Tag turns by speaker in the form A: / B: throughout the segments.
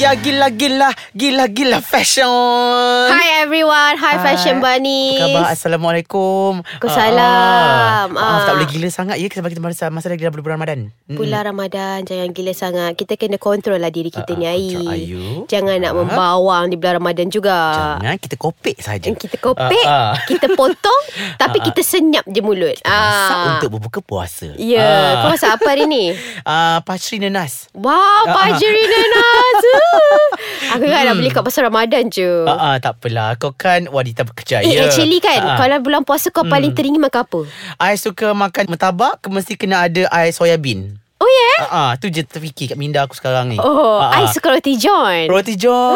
A: Ya gila-gila Gila-gila fashion
B: Hi everyone. Hi, Fashion Bunnies.
A: Apa khabar? Assalamualaikum
B: Waalaikumsalam.
A: Ah, ah. Ah, Tak
B: Ah.
A: boleh gila sangat ya Sebab kita masa, masa lagi dalam bulan Ramadan Mm-mm.
B: Bulan Ramadan jangan gila sangat. Kita kena kontrol lah diri kita
A: Ah,
B: ni
A: ah,
B: Ai.
A: kontrol ayu.
B: Jangan nak
A: Ah.
B: membawang di bulan Ramadan juga.
A: Jangan kita kopek saja.
B: Yang Eh, Kita kopek,
A: Ah, ah.
B: kita potong tapi
A: Ah, ah.
B: kita senyap je mulut.
A: Masak untuk Ah. berbuka puasa
B: Ah. Ya, yeah. kau masak apa hari ni?
A: uh, Pastri nenas
B: Wow,
A: Ah, ah.
B: Pajeri Nenas. Aku kan nak beli kat pasal Ramadan je.
A: Ah, ah, tak apalah Kau kan wanita bekerjaya
B: Eh, actually kan,
A: Ah, ah.
B: kalau bulan puasa kau paling teringin makan apa?
A: I suka makan mentabak Mesti kena ada air soya bean
B: Oh ya? Yeah?
A: Ah, ah, tu je terfikir kat minda aku sekarang ni
B: Oh, I
A: Ah, ah.
B: suka roti john.
A: Roti John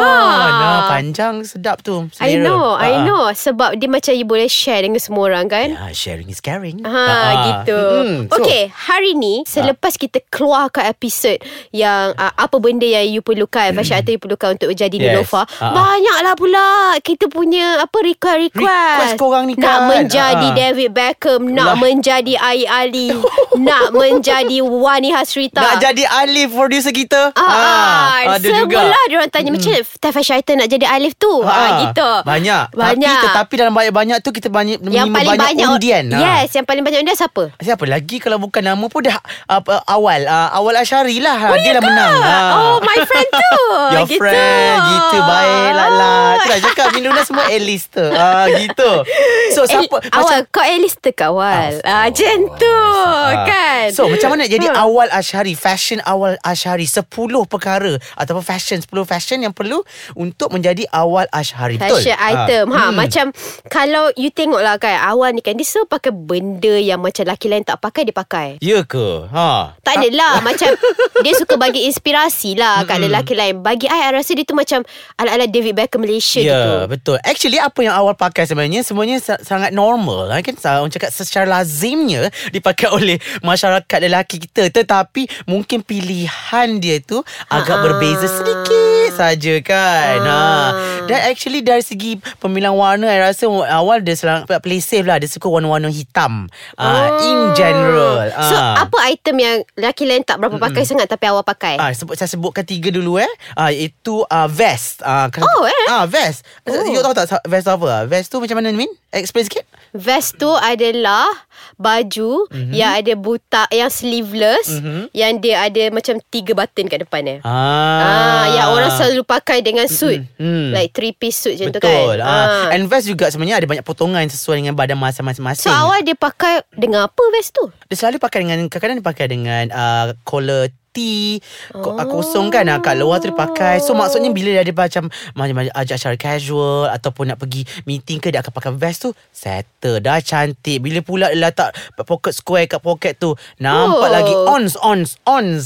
B: Ah.
A: ah. Panjang sedap tu
B: I
A: selera.
B: know, I
A: Ah, ah.
B: know. Sebab dia macam you boleh share dengan semua orang kan.
A: Ya, sharing is caring.
B: Ha, gitu.
A: Ah, Hmm, So, Ah.
B: okay, hari ni selepas kita keluarkan episod yang uh, apa benda yang you perlukan, Fasha Atta you perlukan untuk jadi
A: Yes.
B: yes. Nilofa,
A: Ah, ah.
B: banyaklah pula kita punya apa request
A: Request
B: request.
A: korang ni
B: Nak
A: kan.
B: menjadi
A: Ah, ah.
B: David Beckham, nak
A: Lah.
B: menjadi Ai Ali, nak menjadi Wani Hasrita.
A: Nak jadi Alif producer kita.
B: Ah, ah,
A: ada juga.
B: sebelah dia orang tanya macam mana Fasha Atta nak jadi Alif tu. Ha, ah, gitu.
A: Banyak.
B: Banyak.
A: Tapi tetapi dalam banyak-banyak tu kita banyak
B: yang
A: menerima
B: paling
A: banyak,
B: banyak
A: undian. Ah.
B: Yes, yang paling banyak undian siapa?
A: Siapa lagi kalau bukan nama pun dah uh, uh, awal uh, awal Ashari lah. Oh, dia lah menang. Ah.
B: ya Oh, my friend tu.
A: Your
B: gitu. Eh,
A: friend Gitu baik lah lah Tu dah cakap Minduna semua A-lister ah, Gitu
B: El,
A: So siapa
B: Eh, awal kau A-list ke awal ah, Macam tu
A: Ah.
B: Kan
A: So macam mana nak jadi
B: Ha.
A: awal Ashari Fashion awal Ashari 10 perkara Ataupun fashion 10 fashion yang perlu Untuk menjadi awal Ashari
B: Fashion
A: Betul Ah.
B: item ha, Macam Kalau you tengok lah kan Awal ni kan Dia selalu pakai benda Yang macam lelaki lain tak pakai Dia pakai
A: Ya ke? Ha.
B: tak adalah Macam Dia suka bagi inspirasi lah Kat lelaki lain Bagi I, I rasa dia tu macam Ala-ala David Beckham Malaysia
A: Ya,
B: gitu
A: betul. Actually apa yang awal pakai sebenarnya semuanya sa- sangat normal. Kan Sa- orang cakap secara lazimnya dipakai oleh masyarakat lelaki kita tetapi mungkin pilihan dia tu agak
B: Ha-ha.
A: berbeza sedikit saja kan. Ha. Dan actually dari segi pemilihan warna I rasa awal dia selang play safe lah dia suka warna-warna hitam. Ah in general. Ah.
B: So apa item yang Lelaki lain tak berapa pakai sangat Tapi awal pakai
A: Ah, sebut saya sebutkan tiga dulu eh. Ah iaitu ah, vest. Ah kena-
B: Oh, eh?
A: Ah vest.
B: Oh.
A: You tahu tak sa- vest apa? ah? Vest tu macam mana Min? Explain sikit.
B: Vest tu adalah baju
A: Mhm.
B: mm-hmm. yang ada butak yang sleeveless mm-hmm. yang dia ada macam tiga button kat depan dia. Ah. ah yang orang selalu pakai dengan suit.
A: Mm-mm. Mm.
B: Mm-hmm. Like three piece suit macam tu kan.
A: Betul. Ah. And vest juga sebenarnya ada banyak potongan sesuai dengan badan masa masing-masing.
B: So awal dia pakai dengan apa vest tu?
A: dia selalu pakai dengan kadang-kadang dia pakai dengan uh, collar T ko- ah, kosong kan ah, kat luar tu dia pakai so maksudnya bila dia ada macam macam ajak acara casual ataupun nak pergi meeting ke dia akan pakai vest tu settle dah cantik bila pula dia letak pocket square kat poket tu
B: Oh.
A: nampak lagi ons ons ons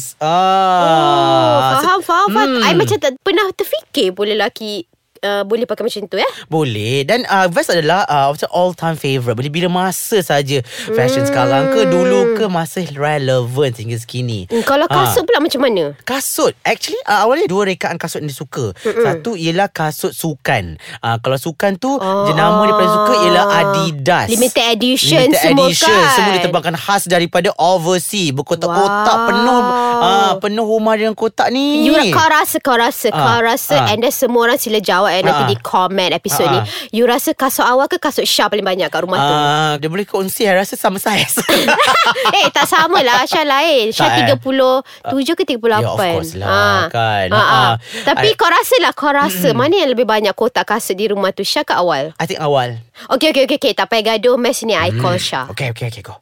B: Oh,
A: ah
B: faham, faham, faham.
A: Hmm.
B: I macam tak pernah terfikir boleh lelaki uh, boleh pakai macam tu eh.
A: Boleh Dan uh, Vest adalah uh, Macam all time favourite Bila-bila masa saja Fashion sekarang ke Dulu ke Masih relevant Hingga sekini
B: Hmm, kalau
A: Ah.
B: kasut pula macam mana?
A: Kasut Actually uh, awalnya dua rekaan kasut yang dia suka Mm-mm. Satu ialah kasut sukan uh, Kalau sukan tu oh. Jenama dia paling suka ialah Adidas
B: Limited edition semua kan.
A: Semua diterbangkan khas daripada overseas Berkotak-kotak
B: Wow.
A: penuh uh, Penuh rumah dengan kotak ni
B: You kau rasa Kau rasa
A: Ah,
B: Kau rasa
A: ah.
B: And then semua orang sila jawab eh, Nanti
A: Ah.
B: di comment episod
A: Ah,
B: ni
A: ah.
B: You rasa kasut awal ke Kasut Syah paling banyak kat rumah tu
A: uh, Dia boleh kongsi I rasa sama saiz
B: Eh tak sama lah Syah lain
A: Tak, eh?
B: Syah 37 ke 38
A: Ya, of course lah, kan.
B: Ah, ah.
A: Ah.
B: Tapi
A: I- Hmm.
B: kau rasa lah Kau rasa Mana yang lebih banyak kotak kasut di rumah tu Syah ke awal
A: I think awal
B: Okay okay okay, okay. Tak payah gaduh Mess ni I
A: Hmm.
B: call Syah
A: Okay okay okay go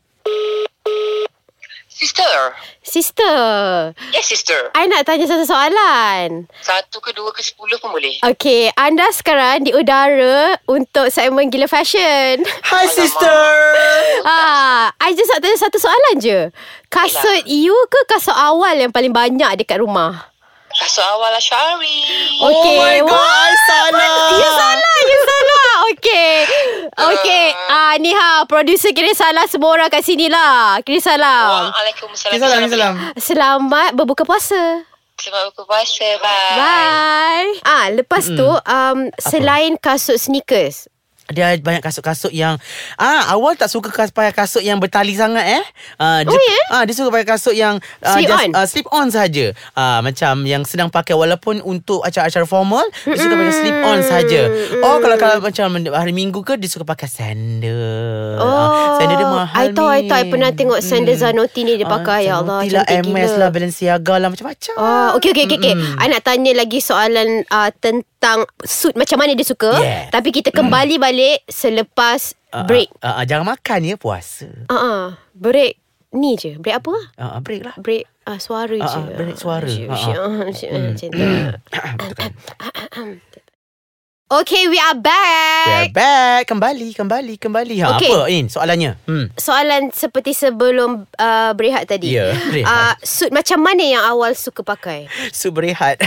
C: Sister.
B: Sister
C: Yes, sister.
B: I nak tanya satu soalan
C: Satu ke dua ke sepuluh pun boleh.
B: Okay Anda sekarang di udara Untuk segmen Gila Fashion
A: Hi sister
B: Ah, I just nak tanya satu soalan je. Kasut you ke kasut awal yang paling banyak dekat rumah?
C: Kasut awal lah, Asyari.
A: Oh my
B: Okay,
A: god
B: wah.
A: I salah
B: You Ya salah, you salah. Okay. Okay. Ah, ni ha, producer kira salah semua orang kat sini lah. Kira
C: Oh, ah.
B: salah.
C: Waalaikumsalam.
A: Okay, salam, salam.
B: Selamat berbuka puasa.
C: Selamat buka puasa. Bye.
A: Hmm.
B: Bye. Ah, lepas tu um, selain kasut sneakers,
A: Dia banyak kasut-kasut yang ah awal tak suka kas, pakai kasut yang bertali sangat eh. Ah dia,
B: Oh, ya?
A: ah dia suka pakai kasut yang ah,
B: Slip on?
A: ah, slip on saja. Ah macam yang sedang pakai walaupun untuk acara-acara formal dia suka pakai slip on saja. Oh kalau kalau macam hari Minggu ke dia suka pakai sandal. Ah, sandal dia mahal.
B: Oh, I tahu, I
A: ni.
B: tahu. I pernah tengok sandal
A: Mm.
B: Zanotti ni dia pakai. ya Allah,
A: Zanotti lah,
B: cantik
A: MS
B: gila.
A: lah, Balenciaga lah, macam-macam.
B: Oh, okay, okay, okay, okay. I nak tanya lagi soalan uh, tentang suit macam mana dia suka.
A: Yeah.
B: Tapi kita kembali balik selepas
A: Mm. Ah, ah,
B: break.
A: ah, ah, jangan makan ya, puasa.
B: Ah, uh, uh, break ni je. Break apa?
A: Ah, ah, break lah.
B: Break uh, suara
A: Ah,
B: je.
A: ah, break suara.
B: Asyik,
A: Ah, ah.
B: asyik, ah, asyik, Macam tu.
A: kan?
B: Okay, we are back.
A: We're back. Kembali, kembali, kembali. Ha,
B: Okay.
A: Apa, In? Soalannya? Hmm.
B: Soalan seperti sebelum uh, berehat tadi.
A: Ya, berehat.
B: Uh, suit macam mana yang awal suka pakai?
A: So, berehat.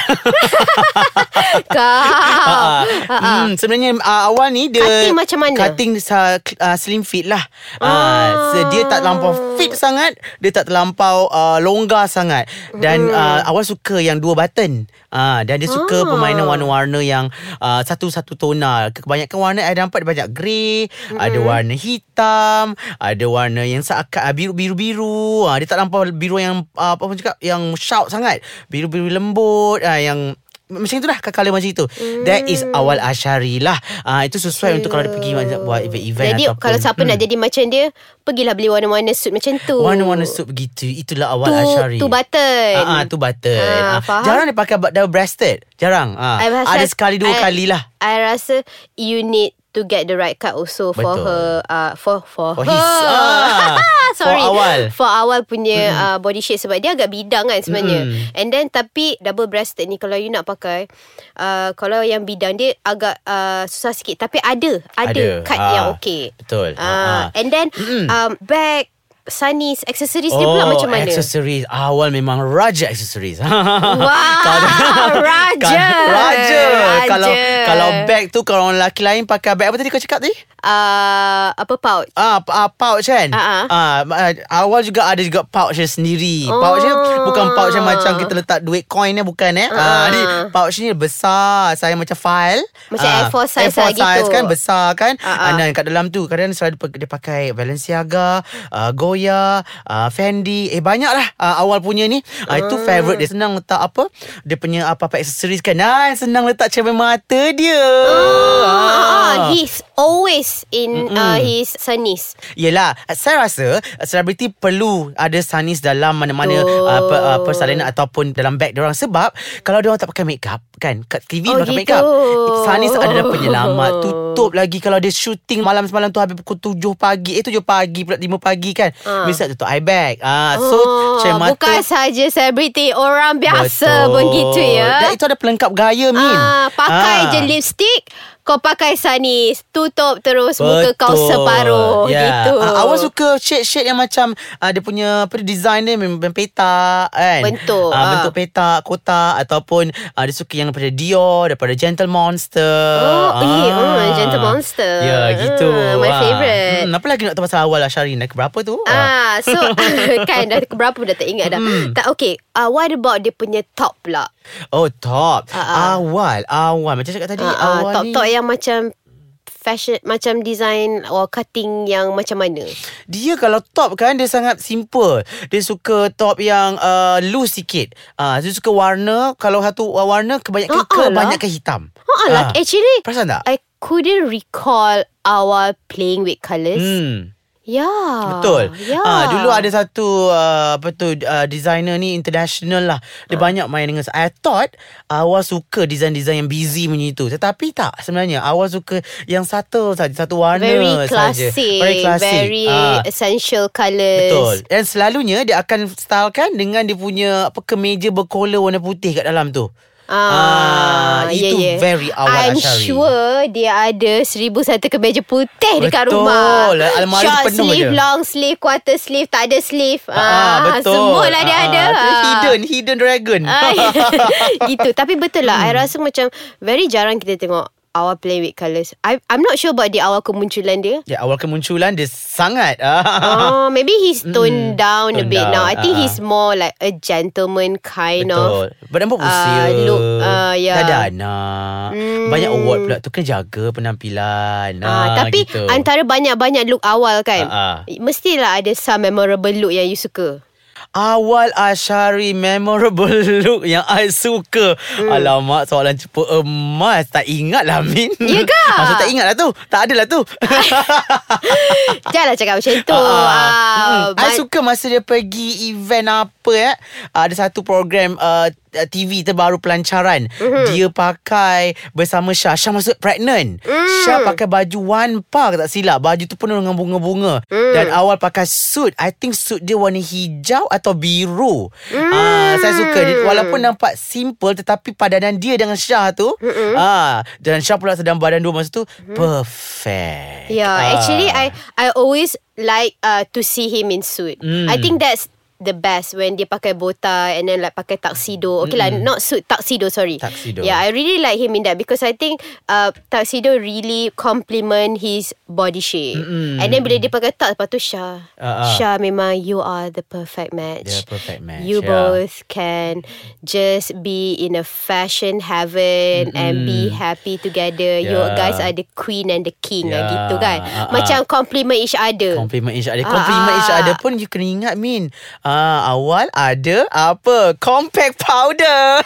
B: Kau.
A: Ah, ah. Hmm, sebenarnya ah, awal ni dia...
B: Ha, Cutting macam mana?
A: Cutting sa- ah, slim fit lah. Ah. so, dia tak terlampau
B: Ah.
A: fit sangat. Dia tak terlampau ah, longgar sangat. Dan ah, awal suka yang dua button. Ah, dan dia
B: Hmm.
A: suka
B: Ah.
A: permainan warna-warna yang ah, satu-satu tona. Kebanyakan warna saya nampak dia banyak grey. Ada
B: Hmm.
A: warna hitam. Ada warna yang seakan ah, biru-biru-biru. Ah, dia tak terlampau biru yang... ah, apa pun cakap? Yang shout sangat. Biru-biru lembut. Ah, yang macam itulah Color macam itu mm. That is
B: Hmm.
A: awal Ashari lah uh, Itu sesuai untuk Kalau dia pergi macam Buat event-event
B: Jadi
A: ataupun, mm.
B: kalau siapa nak jadi macam dia Pergilah beli warna-warna suit macam tu
A: Warna-warna suit begitu Itulah awal
B: Oh. Tu,
A: Ashari
B: tu button
A: Ah, ah, tu button.
B: Ah,
A: Ah,
B: faham? Eh,
A: jarang dia pakai bu- double breasted. Jarang. Ah.
B: I rasa-
A: Ada sekali dua
B: I-
A: kali lah.
B: I rasa You need to get the right card also For
A: Betul.
B: her uh, For For,
A: For
B: her
A: his. Ah.
B: Sorry
A: For awal.
B: For awal punya uh, body shape Sebab dia agak bidang kan sebenarnya
A: Mm.
B: And then tapi Double breasted ni Kalau you nak pakai uh, Kalau yang bidang dia Agak uh, susah sikit Tapi ada Ada,
A: Ada.
B: card
A: Ah.
B: yang okay
A: Betul.
B: Ah,
A: Ah.
B: And then
A: Mm-mm.
B: um, Bag Sunny's accessories dia pula macam mana?
A: Oh, Accessories Awal memang raja accessories
B: Wah, raja.
A: Kan, Raja
B: Raja.
A: Kalau kalau bag tu Kalau orang lelaki lain Pakai bag apa tadi kau cakap tadi?
B: uh, apa pouch?
A: Ah, p- ah pouch kan?
B: Ah,
A: ah. ah awal juga ada juga pouch dia sendiri.
B: Oh.
A: Pouch dia bukan pouch yang macam kita letak duit coin ni bukan eh.
B: Ah.
A: Ah, ni pouch ni besar. Saya macam file.
B: Macam A4 size
A: A4
B: lah gitu.
A: size kan besar kan?
B: Ah, ah.
A: Ah, Dan kat dalam tu kadang selalu pa- dia pakai Balenciaga, ah, Goya, ah, Fendi. Eh banyak lah ah, awal punya ni. Ah,
B: Hmm.
A: itu favorite dia senang letak apa? Dia punya apa-apa accessories kan. Ah, senang letak cermin mata dia.
B: Ah, ah, he's always in uh, his sunnies.
A: Yelah Saya rasa uh, Selebriti perlu Ada sunnies dalam Mana-mana
B: Betul.
A: uh, per, uh, Persalinan Ataupun dalam bag orang Sebab Kalau orang tak pakai make up Kan Kat TV
B: Oh,
A: pakai make
B: gitu.
A: up Sunnies ada dah penyelamat Tutup lagi Kalau dia shooting Malam semalam tu Habis pukul 7 pagi Eh 7 pagi pula 5 pagi kan
B: Ah. Oh,
A: uh. Bisa tutup eye bag uh, So Cermin mata
B: bukan saja selebriti, orang biasa pun gitu ya.
A: Dan itu ada pelengkap gaya Min
B: Ah, pakai
A: Ah.
B: je lipstick, kau pakai sunnies, tutup terus muka kau separuh gitu.
A: Uh, awak suka shade-shade yang macam uh, dia punya apa dia, design dia memang memang petak kan.
B: Bentuk,
A: Ah,
B: ah.
A: bentuk petak, kotak ataupun uh, dia suka yang daripada Dior, daripada Gentle Monster. Ah.
B: Oh, eh, oh, Gentle Monster.
A: Ya, yeah, gitu.
B: Ah, my
A: Ah.
B: favourite.
A: Hmm, apa lagi nak tahu pasal awal Ashari? Nak berapa tu? Ah.
B: Ah, so kan dah berapa dah tak ingat dah.
A: Hmm.
B: Tak okay. Uh, what about dia punya top pula?
A: Oh, top.
B: Ah, ah.
A: Awal, awal. Macam cakap tadi,
B: Ah, ah,
A: awal ni.
B: top-top yang macam fashion macam design or cutting yang macam mana?
A: Dia kalau top kan Dia sangat simple Dia suka top yang uh, Loose sikit uh, Dia suka warna Kalau satu uh, warna Kebanyakan
B: Ah,
A: ke
B: alah.
A: Kebanyakan hitam
B: Oh, uh, like
A: Ah,
B: actually
A: Perasan tak?
B: I couldn't recall our playing with colours. Ya.
A: Hmm,
B: Yeah.
A: betul.
B: Yeah.
A: Ah, dulu ada satu uh, apa tu uh, designer ni international lah. Dia
B: Ah.
A: banyak main dengan I thought awal suka design-design yang busy punya itu. Tetapi tak sebenarnya. Awal suka yang satu saja, satu warna
B: very
A: saja.
B: classic, very
A: Ah.
B: essential colours.
A: Betul Dan selalunya Dia akan stylekan Dengan dia punya apa Kemeja berkola warna putih Kat dalam tu Ah, itu very awal
B: ya, I'm
A: Ashari.
B: sure dia ada seribu satu kemeja putih dekat
A: Betul.
B: rumah.
A: Almari
B: Short
A: penuh
B: sleeve,
A: je.
B: long sleeve, quarter sleeve, tak ada sleeve. Ah,
A: Ah, betul.
B: Semualah dia
A: Ah,
B: ada.
A: tu
B: Ah.
A: Hidden, hidden dragon. Hmm.
B: Ah, gitu. Tapi betul lah. I rasa macam very jarang kita tengok awal play with colours. I I'm not sure about the awal kemunculan dia.
A: Ya awal kemunculan dia sangat Ah.
B: Oh, maybe he's toned
A: Mm,
B: down a
A: toned
B: bit
A: down,
B: now. I think
A: ah,
B: he's more like a gentleman kind of.
A: Betul Badan pun
B: Ah,
A: usia
B: look, ah, ya.
A: Dah ada anak
B: Hmm.
A: Banyak award pula Tu kena jaga penampilan
B: Ah, tapi
A: gitu.
B: antara banyak-banyak look awal kan.
A: Ah,
B: Mestilah ada some memorable look yang you suka.
A: Awal Ashari Memorable look Yang I suka
B: Hmm.
A: Alamak Soalan cepu emas Tak ingat lah Min
B: Ya ke?
A: Maksud tak ingat lah tu Tak ada lah tu
B: Janganlah cakap macam tu.
A: Ah, ah,
B: Ah,
A: ah. Mm. I
B: but-
A: suka masa dia pergi event apa eh. Ah, Ada satu program uh, TV terbaru pelancaran.
B: Mhm.
A: Mm-hmm. Dia pakai bersama Syah. Syah masuk pregnant. Mm. Syah pakai baju one pa tak silap. Baju tu penuh dengan bunga-bunga. Mm. Dan awal pakai suit. I think suit dia warna hijau atau biru. Mm. Ah, saya suka. Dia, walaupun nampak simple tetapi padanan dia dengan Syah tu. Mm-hmm. Ah, dan Syah pula sedang badan dua masa tu mm. perfect.
B: Yeah,
A: Ah.
B: Mm-hmm. Ya, actually I I always like uh to see him in suit.
A: Mm.
B: I think that's the best when dia pakai bow and then like pakai tuxedo. Okay lah, not suit tuxedo, sorry.
A: Tuxedo.
B: Yeah, I really like him in that because I think uh tuxedo really complement his body shape.
A: Mm-mm.
B: And then bila dia pakai tux, lepas tu Syah.
A: Ah, ah.
B: Syah memang you are the perfect match.
A: The perfect match,
B: You
A: yeah.
B: both can just be in a fashion heaven and be happy together. You
A: Yeah.
B: guys are the queen and the king. Yeah.
A: Ya.
B: gitu kan.
A: Ah, ah.
B: Macam compliment each other.
A: Compliment each other
B: Ah,
A: Compliment each
B: ah.
A: other pun You kena ingat Min Ah Awal ada Apa Compact powder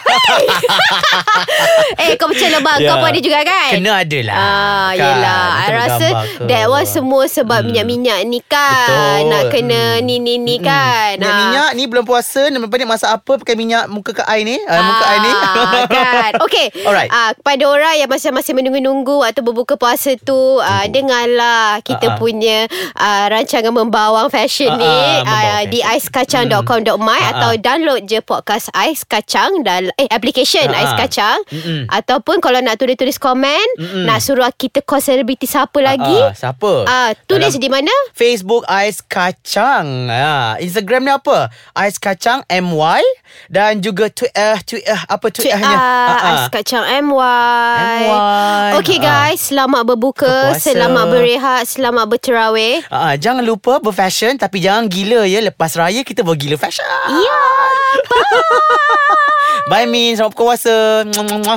B: eh, kau macam lebah. Kau
A: Yeah.
B: pun ada juga kan?
A: Ya. Kena ada lah
B: Ah,
A: kan?
B: yelah. I
A: Macam
B: rasa
A: gambar ke. Hmm.
B: that one semua sebab minyak-minyak ni kan.
A: Betul. Hmm.
B: Nak kena ni ni ni kan.
A: Minyak,
B: Ah.
A: minyak ni belum puasa Nama pendek masak apa Pakai minyak muka ke I ni ah, Muka I ni
B: Ah, kan. Okay.
A: Alright.
B: Ah, kepada orang yang masih-masih menunggu-nunggu atau berbuka puasa tu, ah, dengarlah kita
A: Ah, ah.
B: punya ah, rancangan membawang fashion
A: Ah,
B: ni
A: ah,
B: ah,
A: membawang Hmm. Ah,
B: di aiskacang.com.my atau download je podcast Ais Kacang dalam eh application
A: Ah,
B: Ais
A: ah.
B: Kacang
A: Mm-mm.
B: ataupun kalau nak tulis-tulis komen,
A: Mm-mm.
B: nak suruh kita call selebriti siapa lagi?
A: ah, Siapa
B: Ah, tulis di mana?
A: Facebook Ais Kacang ah, Instagram ni apa Ais Kacang MY Dan juga Twitter Twitter eh, Apa Twitternya
B: Ah,
A: Ah, ah.
B: Ais Kacang MY.
A: MY.
B: Okay
A: Ah.
B: guys, selamat berbuka,
A: Berpuasa.
B: selamat berehat, selamat berterawih.
A: Uh, jangan lupa berfashion Tapi jangan gila ya Lepas raya kita bergila fashion
B: Ya.
A: Bye Min Selamat berpuasa